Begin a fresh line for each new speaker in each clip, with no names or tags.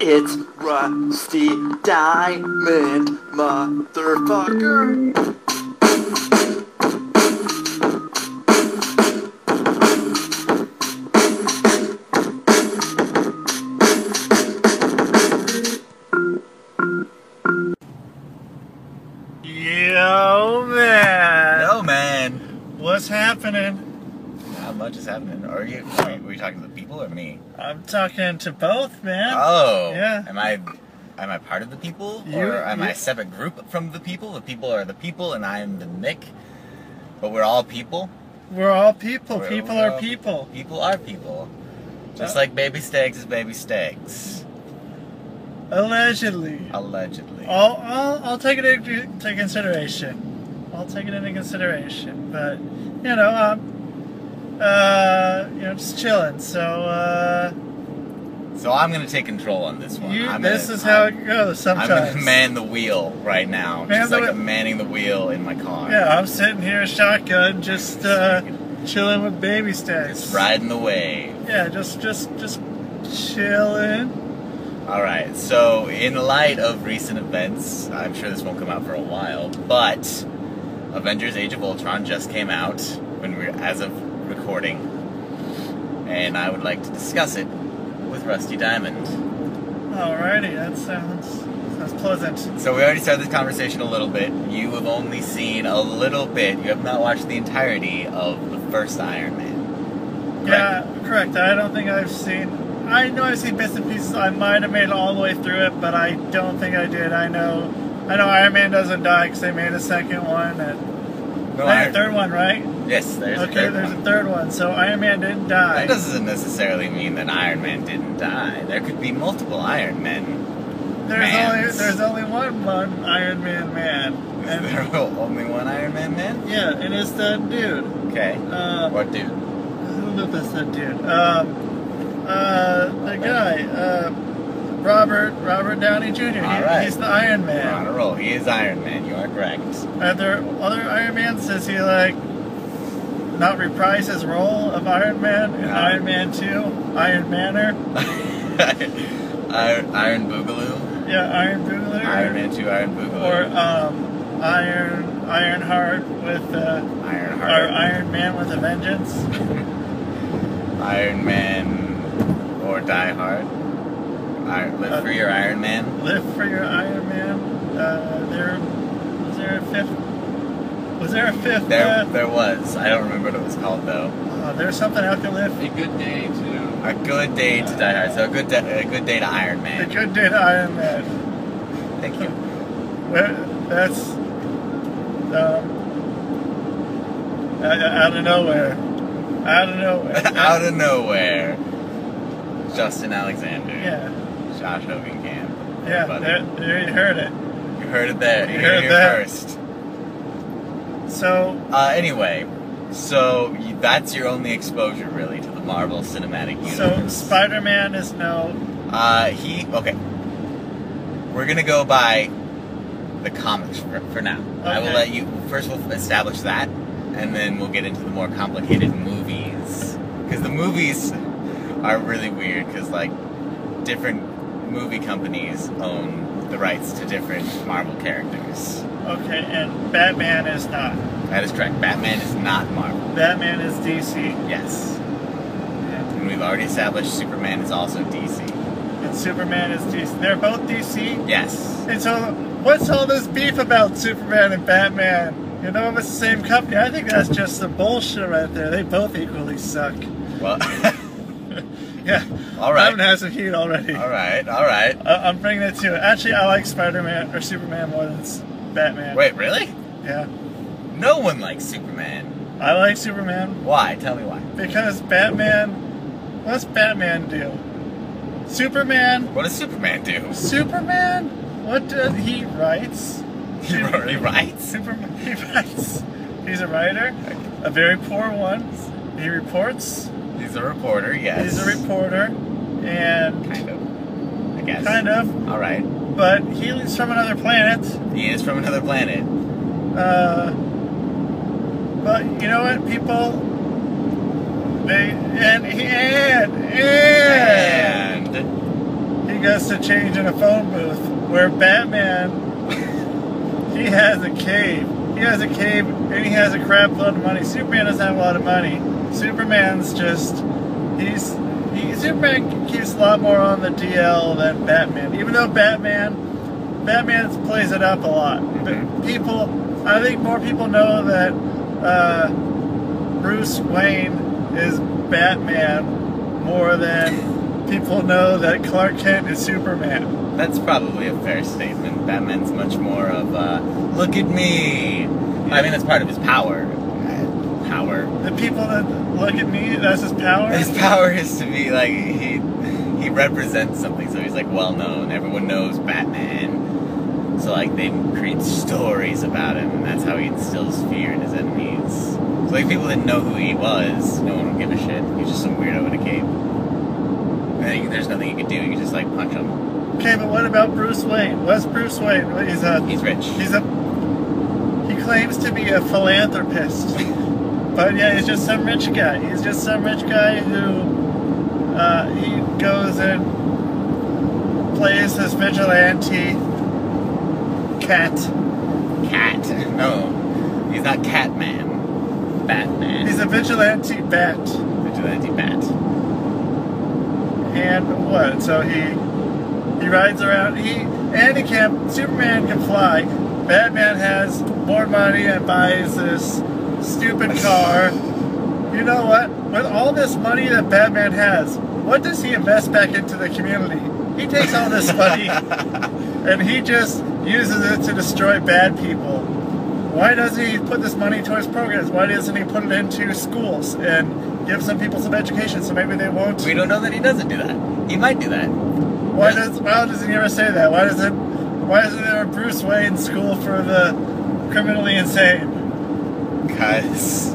It's Rusty Diamond, motherfucker.
Yo, man.
No, man.
What's happening?
Not much is happening. Are you? Are you, were you talking to the people or me?
I'm talking to both, man.
Oh.
Yeah.
Am I? Am I part of the people,
You-
or am I
you-
a separate group from the people? The people are the people, and I am the Nick. But we're all people.
We're all people.
We're-
people
we're
are
all-
people.
People are people. Just
Uh,
like baby steaks is baby steaks.
Allegedly.
Allegedly.
I'll, I'll, I'll take it into consideration. I'll take it into consideration. But, you know, um, uh, you know, just chilling. So, uh,
So I'm gonna take control on this one.
you,
I'm
this
gonna-
is how
I'm-
it goes
I'm
sometimes.
gonna man the wheel right now,
Man
just
the
like
wheel.
I'm manning the wheel in my car.
Yeah, I'm sitting here shotgun, just, uh, chilling with baby steaks.
Just riding the wave.
Yeah, just, just, just chilling.
All right. So, in light of recent events, I'm sure this won't come out for a while, but Avengers: Age of Ultron just came out when we're as of recording, and I would like to discuss it with Rusty Diamond.
Alrighty, that sounds sounds pleasant.
So, we already started this conversation a little bit. You have only seen a little bit. You have not watched the entirety of the first Iron Man.
Yeah, correct. I don't think I've seen. I know I've seen bits and pieces. I might have made it all the way through it, but I don't think I did. I know, I know Iron Man doesn't die because they made a second one and
No,
and
Iron-
a third one, right?
Yes, there's a
okay,
third
there's
one.
a third one. So Iron Man didn't die.
That doesn't necessarily mean that Iron Man didn't die. There could be multiple Iron Men.
there's
Mans.
only there's only one one Iron Man man,
Is
and
there only one Iron Man man?
yeah, and it's the dude.
Okay.
Uh,
What dude?
I don't know if that's that dude. Um, uh, the guy, uh, Robert Robert Downey Jr. He-
All right.
He's the Iron
You're on
Man.
a roll. He is Iron Man. You are correct.
Are there other Iron Man? Does he like not reprise his role of Iron Man in
No.
Iron Man Two, Iron Manor,
Iron, Iron Boogaloo.
yeah, Iron Boogaloo,
Iron Man 2, Iron
or
Boogaloo.
um, Iron Iron Heart with uh,
Iron
or
Heart.
Iron Man with a Vengeance.
Iron Man or Die Hard. Iron, live
Uh,
free or Iron Man.
Live for your Iron Man. Uh, there was there a fifth. Was there a fifth?
There,
uh,
there was. I don't remember what it was called though.
uh, there's something out there. Live.
A good day too.
A good day to Die Hard. So a good, da- a good day to Iron
They
Man.
could do the Iron Man.
Thank you.
Where, that's um, out, out of nowhere. Out of nowhere.
Out of nowhere, Justin Alexander.
yeah,
Josh Hogenkamp.
yeah.
Everybody.
There, there you heard it.
You heard it there. You,
You
heard
heard
it here
that.
first.
So
Uh, anyway, so you, that's your only exposure really to the Marvel Cinematic
so
Universe.
Spider Man is no.
uh, he okay. We're gonna go by the comics for, for now. I will
Okay.
let you first. We'll establish that, and then we'll get into the more complicated movies because the movies are really weird because like different movie companies own the rights to different Marvel characters.
Okay, and Batman is not.
That is correct. Batman is not Marvel.
Batman is DC.
Yes. And we've already established Superman is also DC.
And Superman is DC. They're both DC.
Yes.
And so, what's all this beef about Superman and Batman? You know, if it's the same company, I think that's just some bullshit right there. They both equally suck.
Well,
Yeah.
All right.
That one has some heat already.
All right, all right.
I- I'm bringing it to it. Actually, I like Spider-Man or Superman more than s- Batman.
Wait, really?
Yeah.
No one likes Superman.
I like Superman
Why? Tell me why.
because Batman. What's Batman do? Superman.
What does Superman do?
Superman. What does he writes?
He already writes.
Superman. He writes. He's a writer, a very poor one. He reports.
He's a reporter, yes.
He's a reporter, and
Kind of. I guess.
kind of.
All right.
But he's from another planet.
He is from another planet.
Uh, but you know what, people? They and and and
And
he gets to change in a phone booth where Batman he has a cave. He has a cave and he has a crap load of money. Superman doesn't have a lot of money. Superman's just he's he, Superman keeps a lot more on the DL than Batman. Even though Batman Batman plays it up a lot. But people I think more people know that uh, Bruce Wayne is Batman more than people know that Clark Kent is Superman.
that's probably a fair statement. Batman's much more of a look at me. I mean, that's part of his power. Power.
The people that look at me, that's his power.
His power is to be like he he represents something, so he's like well known. Everyone knows Batman. So like they create stories about him, and that's how he instills fear in his enemies. So like people didn't know who he was, no one would give a shit. He's just some weirdo in a cape. And there's nothing you could do. You could just like punch him.
Okay, but what about Bruce Wayne? What's Bruce Wayne? He's a
He's rich.
he's a he claims to be a philanthropist, but yeah, he's just some rich guy. He's just some rich guy who uh, he goes and plays this vigilante cat.
Cat. No, he's not Catman. Batman.
He's a vigilante bat.
vigilante bat.
And what? So he he rides around. He and he can Superman can fly. Batman has more money and buys this stupid car. You know what? With all this money that Batman has, what does he invest back into the community? He takes all this money and he just uses it to destroy bad people. Why doesn't he put this money towards programs? Why doesn't he put it into schools and give some people some education so maybe they won't?
We don't know that he doesn't do that. He might do that.
Why does why doesn't he ever say that? Why does it why isn't there a Bruce Wayne school for the criminally insane?
Cause,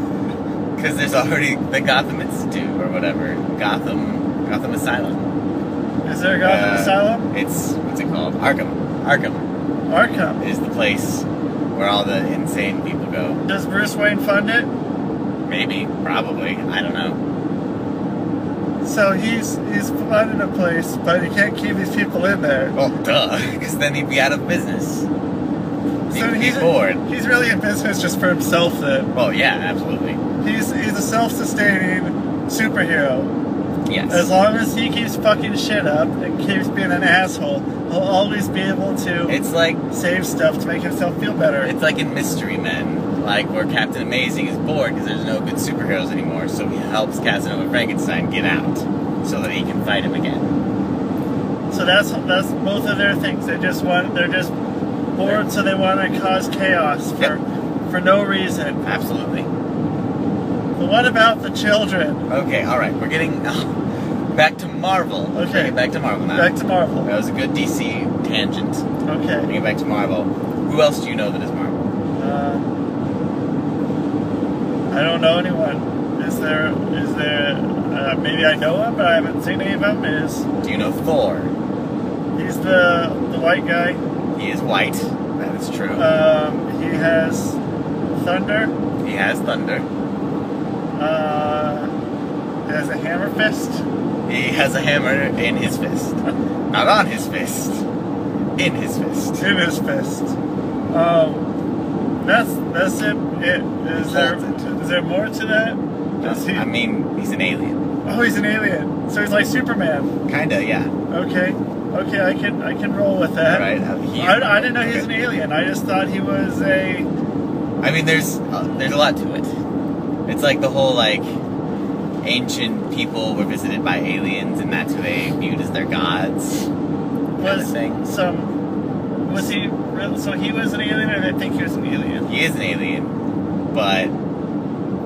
cause there's already the Gotham Institute or whatever. Gotham, Gotham Asylum.
Is there a Gotham
Uh,
Asylum?
It's what's it called? Arkham. Arkham
Arkham.
is the place where all the insane people go.
Does Bruce Wayne fund it?
Maybe, probably, I don't know.
So he's he's funding a place, but he can't keep these people in there.
Well, duh. Cause then he'd be out of business. He'd
So
be
he's
bored.
he's really in business just for himself then.
Well, yeah, absolutely.
He's he's a self-sustaining superhero.
Yes.
As long as he keeps fucking shit up and keeps being an asshole, he'll always be able to
it's like
save stuff to make himself feel better.
It's like in Mystery Men, like where Captain Amazing is bored because there's no good superheroes anymore, so he helps Casanova Frankenstein get out so that he can fight him again.
So that's that's both of their things. They just want they're just bored, so they want to cause chaos for for no reason.
Absolutely.
But what about the children?
Okay, all right, we're getting back to Marvel.
Okay.
Bring it back to Marvel now.
Back to Marvel.
that was a good DC tangent.
Okay.
Bring it back to Marvel. Who else do you know that is Marvel?
Uh, I don't know anyone. Is there is there uh, maybe I know him, but I haven't seen any of them. Is
Do you know Thor?
he's the the white guy?
He is white. That is true.
Um, he has thunder.
he has thunder.
Uh, he has a hammer fist.
He has a hammer in his fist. Not on his fist. In his fist.
in his fist. Um, that's that's it. it is there
Halted.
is there more to that? Does he?
I mean, he's an alien.
oh, he's an alien, so he's like Superman.
Kinda, yeah.
Okay, okay, I can I can roll with that.
Right? uh, he-
I, I didn't know he was an alien. I just thought he was a.
I mean, there's uh, there's a lot to it. It's like the whole like ancient people were visited by aliens, and that's who they viewed as their gods.
Was
thing.
some was he real? So he was an alien, or they think he was an alien?
He is an alien, but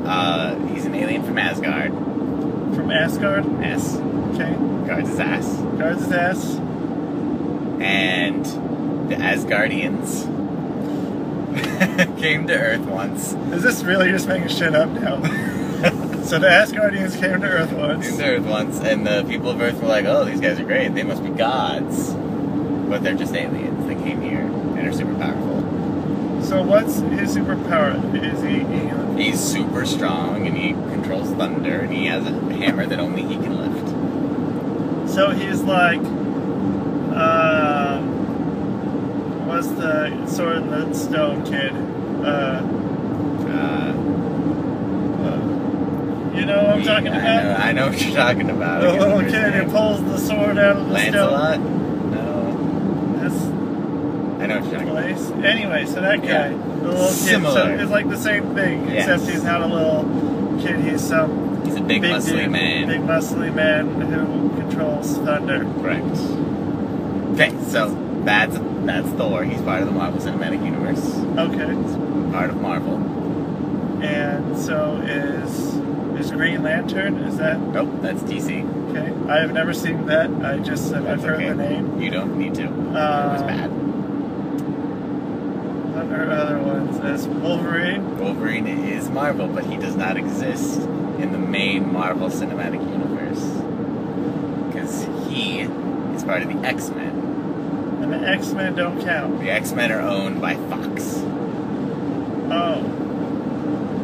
uh, he's an alien from Asgard.
From Asgard.
Yes,
Okay,
guards his ass.
guards his ass.
and the Asgardians came to Earth once.
Is this really just making shit up now? so the Asgardians came to Earth
Came
once.
to Earth once, and the people of Earth were like, "Oh, these guys are great. They must be gods, but they're just aliens. They came here and are super powerful.
So what's his superpower? Is he alien?
He's super strong, and he controls thunder, and he has a hammer that only he can lift.
So he's like, um, what's the sword in the stone kid? Uh,
Uh,
uh, you know what I'm talking
I
about?
Know, I know what you're talking about. I
The
can't
little
remember his
kid who
name.
pulls the sword out of the
Lancelot. No,
stone. That's
I know what you're talking about.
place. Anyway, so that guy,
Yeah.
the little kid,
Similar.
so it's like the same thing,
Yes.
except he's not a little kid. He's some
He's a big, muscly
dude,
man.
big muscly man who controls thunder.
Correct. Okay, so that's that's Thor. He's part of the Marvel Cinematic Universe.
Okay,
Part of Marvel.
and so is is Green Lantern? Is that
Nope, that's DC.
okay? I have never seen that. I just I've
That's
heard
okay.
the name.
You don't need to. it was
Uh,
bad.
What are other ones? Is Wolverine?
Wolverine is Marvel, but he does not exist in the main Marvel Cinematic Universe because he is part of the X Men.
And the X Men don't count.
The X Men are owned by Fox,
Oh,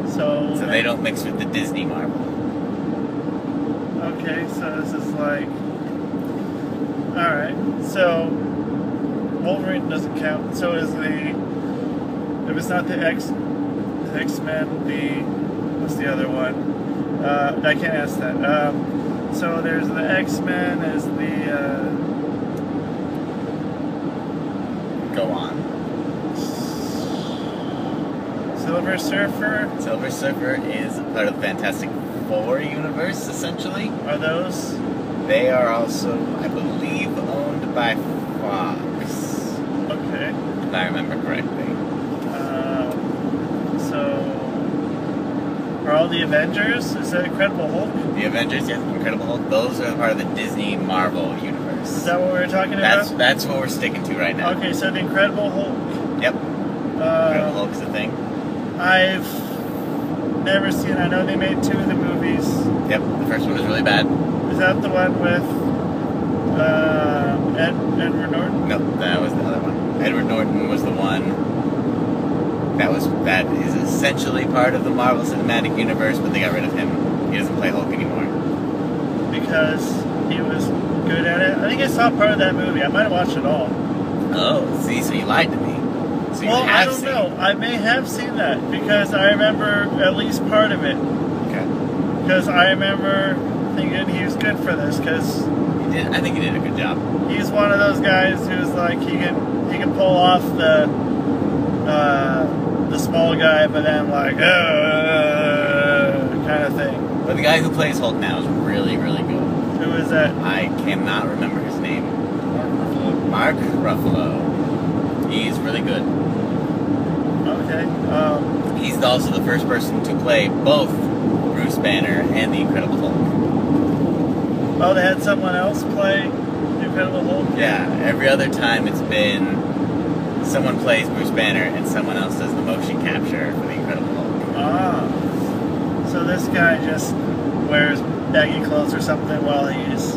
so
so they don't mix with the Disney Marvel.
Okay, so this is like. Alright, so. Wolverine doesn't count. So is the. If it's not the X. X Men, the. What's the other one? Uh, I can't ask that. Um, so there's the X Men, is the. Uh,
Go on.
Silver Surfer.
Silver Surfer is part of the Fantastic Four universe, essentially.
Are those.
They are also, I believe, owned by Fox,
Okay.
if I remember correctly.
Um, so. Are all the Avengers? Is that Incredible Hulk?
The Avengers, yes, Incredible Hulk, those are part of the Disney Marvel
Is
universe.
that what we were talking about?
That's that's what we're sticking to right now.
Okay, so the Incredible Hulk.
Yep, Incredible
Uh,
Hulk's a thing.
I've never seen. I know they made two of the movies.
Yep, the first one was really bad.
Is that the one with uh, Ed, Edward Norton?
No, that was the other one. Edward Norton was the one. That was that is essentially part of the Marvel Cinematic Universe, but they got rid of him. He doesn't play Hulk anymore.
Because he was good at it. I think I saw part of that movie. I might have watched it all.
Oh, see, so you lied to me. So you
well,
have
I don't
seen.
know. I may have seen that because I remember at least part of it.
Okay.
Because I remember thinking he was good for this. Because
He did. I think he did a good job.
he's one of those guys who's like he can he can pull off the uh, the small guy, but then like uh, kind of thing.
But the guy who plays Hulk now is really, really good.
Who is that?
I cannot remember his name. Mark Ruffalo. He's really good.
Okay. Um,
He's also the first person to play both Bruce Banner and the Incredible Hulk.
oh, they had someone else play the Incredible Hulk.
Yeah. Every other time it's been someone plays Bruce Banner and someone else does the motion capture for the Incredible Hulk.
Ah. So this guy just wears baggy clothes or something while he's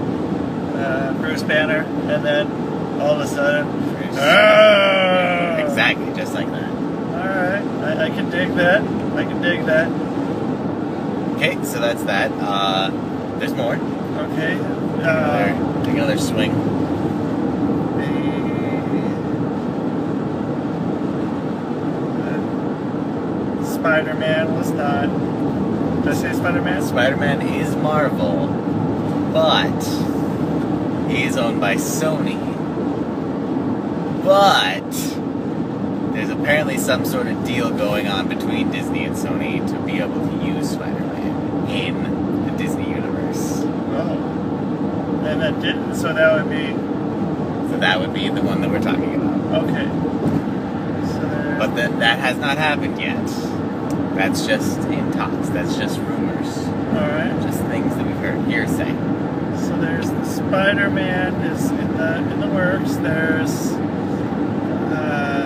uh, Bruce Banner, and then all of a sudden. "Ah!"
Exactly, just like that.
Alright, I, I can dig that. I can dig that.
Okay, so that's that. Uh, there's more.
Okay.
There,
Uh,
take another swing.
the Spider Man was not. Did I say Spider Man?
Spider-Man is Marvel, but he is owned by Sony. But there's apparently some sort of deal going on between Disney and Sony to be able to use Spider-Man. in the Disney universe.
Oh. And that didn't, so that would be
So that would be the one that we're talking about.
okay. So there-
But that that has not happened yet. That's just in talks. That's just rumors.
Alright.
Just things that we've heard hearsay.
So there's the Spider-Man is in the in the works. There's uh,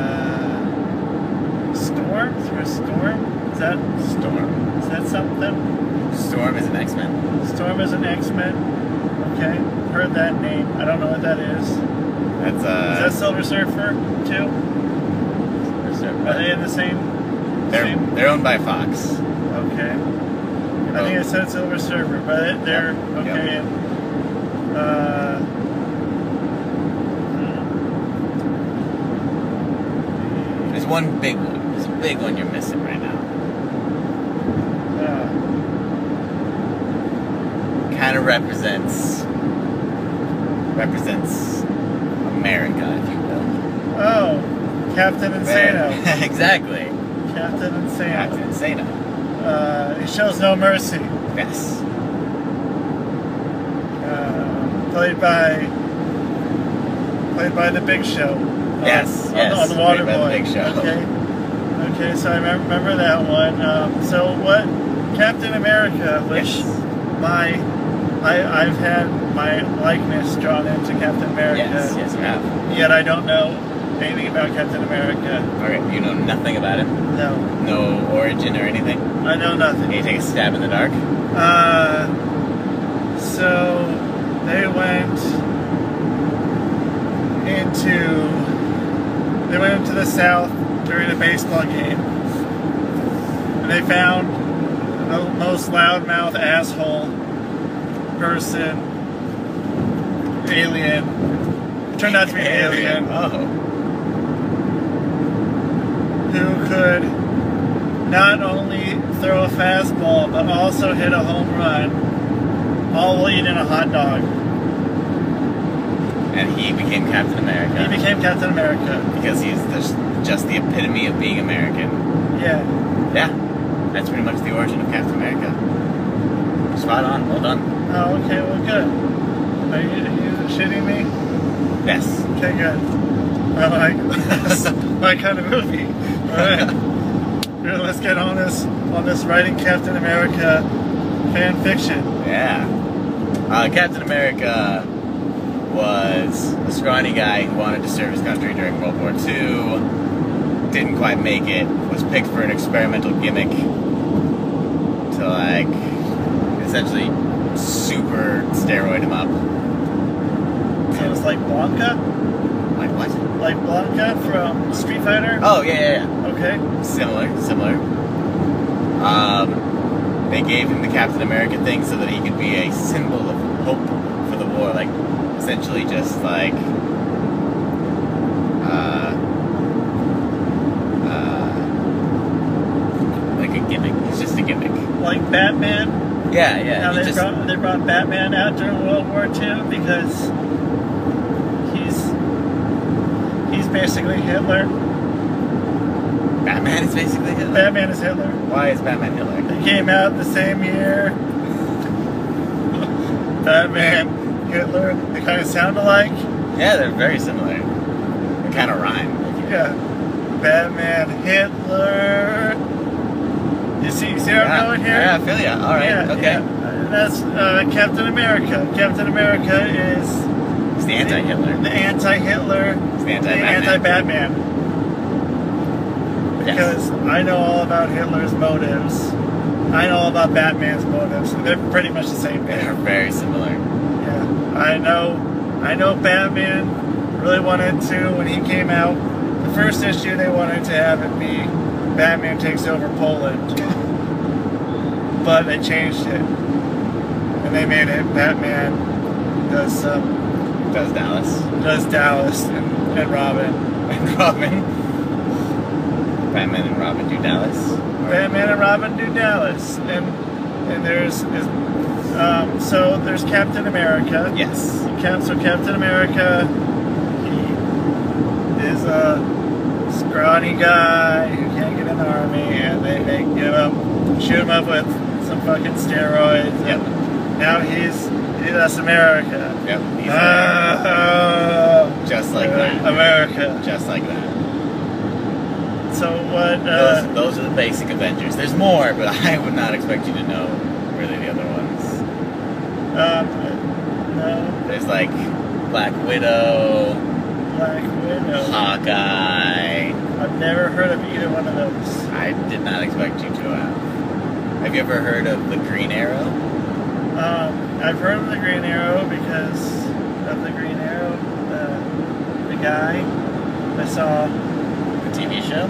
Storm. Is there a Storm? Is that
Storm.
is that something?
Storm is an X-Men.
Storm is an X-Men. Okay, heard that name. I don't know what that is. Is
That's uh.
that Silver Surfer too? Are they in the same?
They're
same?
they're owned by Fox.
Okay. I think I said Silver Surfer, but they're
Yep.
okay.
Yep.
And, uh, hmm.
There's one big one. There's a big one you're missing right now.
Uh,
Kind of represents represents America, if you will.
oh, Captain Insano.
exactly.
Captain
Captain
Insano.
Insano.
Uh, he shows no mercy.
Yes.
Uh, played by played by the Big Show. Uh,
Yes,
on,
yes,
on the
played
Water
by the
Boy.
Big Show.
Okay, okay. So I remem- remember that one. Um, so what? Captain America, which
Yes.
my I, I've had my likeness drawn into Captain America.
Yes. Yes, you have.
Yet I don't know anything about Captain America.
Okay. You know nothing about it.
No,
No origin or anything.
I know nothing.
Can you take a stab in the dark?
Uh, so they went into they went into the south during a baseball game, and they found the most loudmouth asshole person alien. Turned out to be an alien
Oh.
who could not only throw a fastball but also hit a home run, all while eating a hot dog.
And he became Captain America.
He became Captain America.
because he's the, just the epitome of being American.
Yeah.
Yeah, that's pretty much the origin of Captain America. Spot on. Well done.
Oh, okay. Well, good. Are you, are you shitting me?
Yes.
Okay, good. I like this. my kind of movie. All right. Here, let's get on this on this writing Captain America fan fiction.
Yeah. Uh, Captain America was a scrawny guy who wanted to serve his country during World War II. Didn't quite make it. Was picked for an experimental gimmick to like essentially super steroid him up.
So it's like Blanca,
Like what?
like Blanca from Street Fighter.
Oh yeah, yeah, yeah.
Okay.
Similar, similar. Um, they gave him the Captain America thing so that he could be a symbol of hope for the war. Like, essentially, just like. Uh, uh, like a gimmick. He's just a gimmick.
Like Batman.
Yeah, yeah.
Now
he
they
just-
brought they brought Batman out during World War II because he's he's basically Hitler.
Batman is basically Hitler.
Batman is Hitler.
Why is Batman Hitler?
They came out the same year. Batman, Hitler, they kind of sound alike.
Yeah, they're very similar. They kind of rhyme.
Yeah, Batman, Hitler. You see, you see where
yeah,
I'm going here?
Yeah, I feel ya. All right,
Yeah,
okay.
yeah. That's uh, Captain America. Captain America is
It's the anti-Hitler.
the anti-Hitler,
It's the
the
anti-Batman.
anti-Batman. Because I know all about Hitler's motives. I know all about Batman's motives. They're pretty much the same
They are
thing.
very similar.
Yeah. I know. I know Batman really wanted to when he came out. The first issue they wanted to have it be Batman takes over Poland, but they changed it and they made it Batman does some
Does Dallas
does Dallas and, and Robin.
and Robin? Batman and Robin do Dallas.
Batman and Robin do Dallas, and and there's is, um, so there's Captain America.
Yes.
Cap, so Captain America, he is a scrawny guy who can't get in the army, and they make give him um, shoot him up with some fucking steroids. and
Yep.
Now he's that's America.
Yep. He's
Uh, Ah,
just like that.
America.
Just like that.
So what? Uh,
Those, those are the basic Avengers. There's more, but I would not expect you to know really the other ones.
um, no,
There's like Black Widow,
Black Widow.
Hawkeye.
I've never heard of either one of those.
I did not expect you to have. Have you ever heard of the Green Arrow?
Um, I've heard of the Green Arrow because of the Green Arrow, uh, the guy. I saw.
The TV show?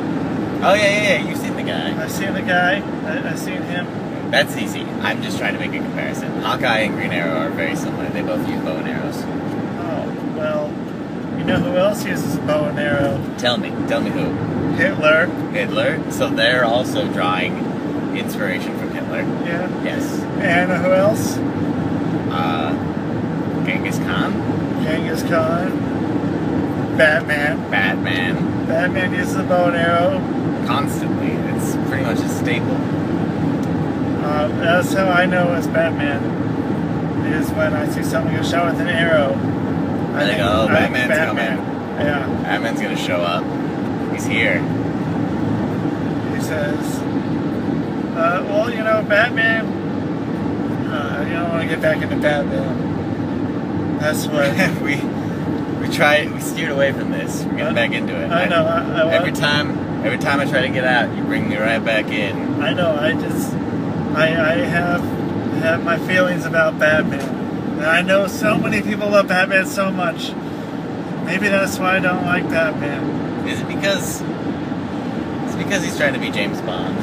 Oh yeah, yeah, yeah. You've seen the guy.
I've seen the guy. I, I've seen him.
That's easy. I'm just trying to make a comparison. Hawkeye and Green Arrow are very similar. They both use bow and arrows.
Oh well. You know who else uses bow and arrow?
Tell me, tell me who.
Hitler.
Hitler. So they're also drawing inspiration from Hitler.
Yeah.
Yes.
And who else?
Uh, Genghis Khan,
Genghis Khan. Batman.
Batman,
Batman uses a bow and arrow.
constantly. It's pretty much a staple.
Uh, that's how I know it's Batman. Is when I see someone get shot with an arrow.
I think, oh,
I think
Batman's
Batman. Yeah.
Batman's gonna show up. He's here.
He says, uh, well, you know, Batman. Uh, you don't want to get back into Batman. That's what.
we we tried. We steered away from this. We're getting back into it.
I know. I, I,
every time, every time I try to get out, you bring me right back in.
I know. I just, I, I have, have my feelings about Batman, and I know so many people love Batman so much. Maybe that's why I don't like Batman.
Is it because? It's because he's trying to be James Bond.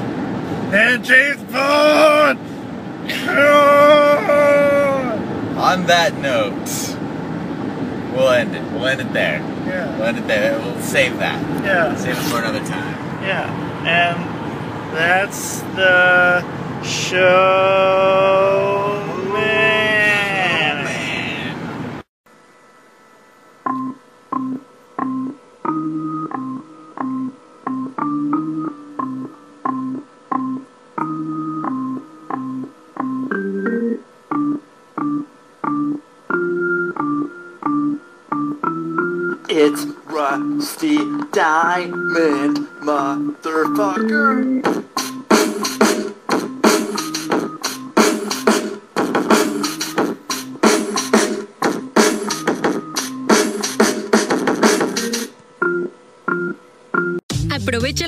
And James Bond. Yeah.
On that note, we'll end it. We'll end it there. We'll
Yeah.
end it there. We'll save that.
Yeah.
Save it for another time.
And that's the show. Man.
Man.
It's Rusty Diamond, motherfucker.
Aprovecha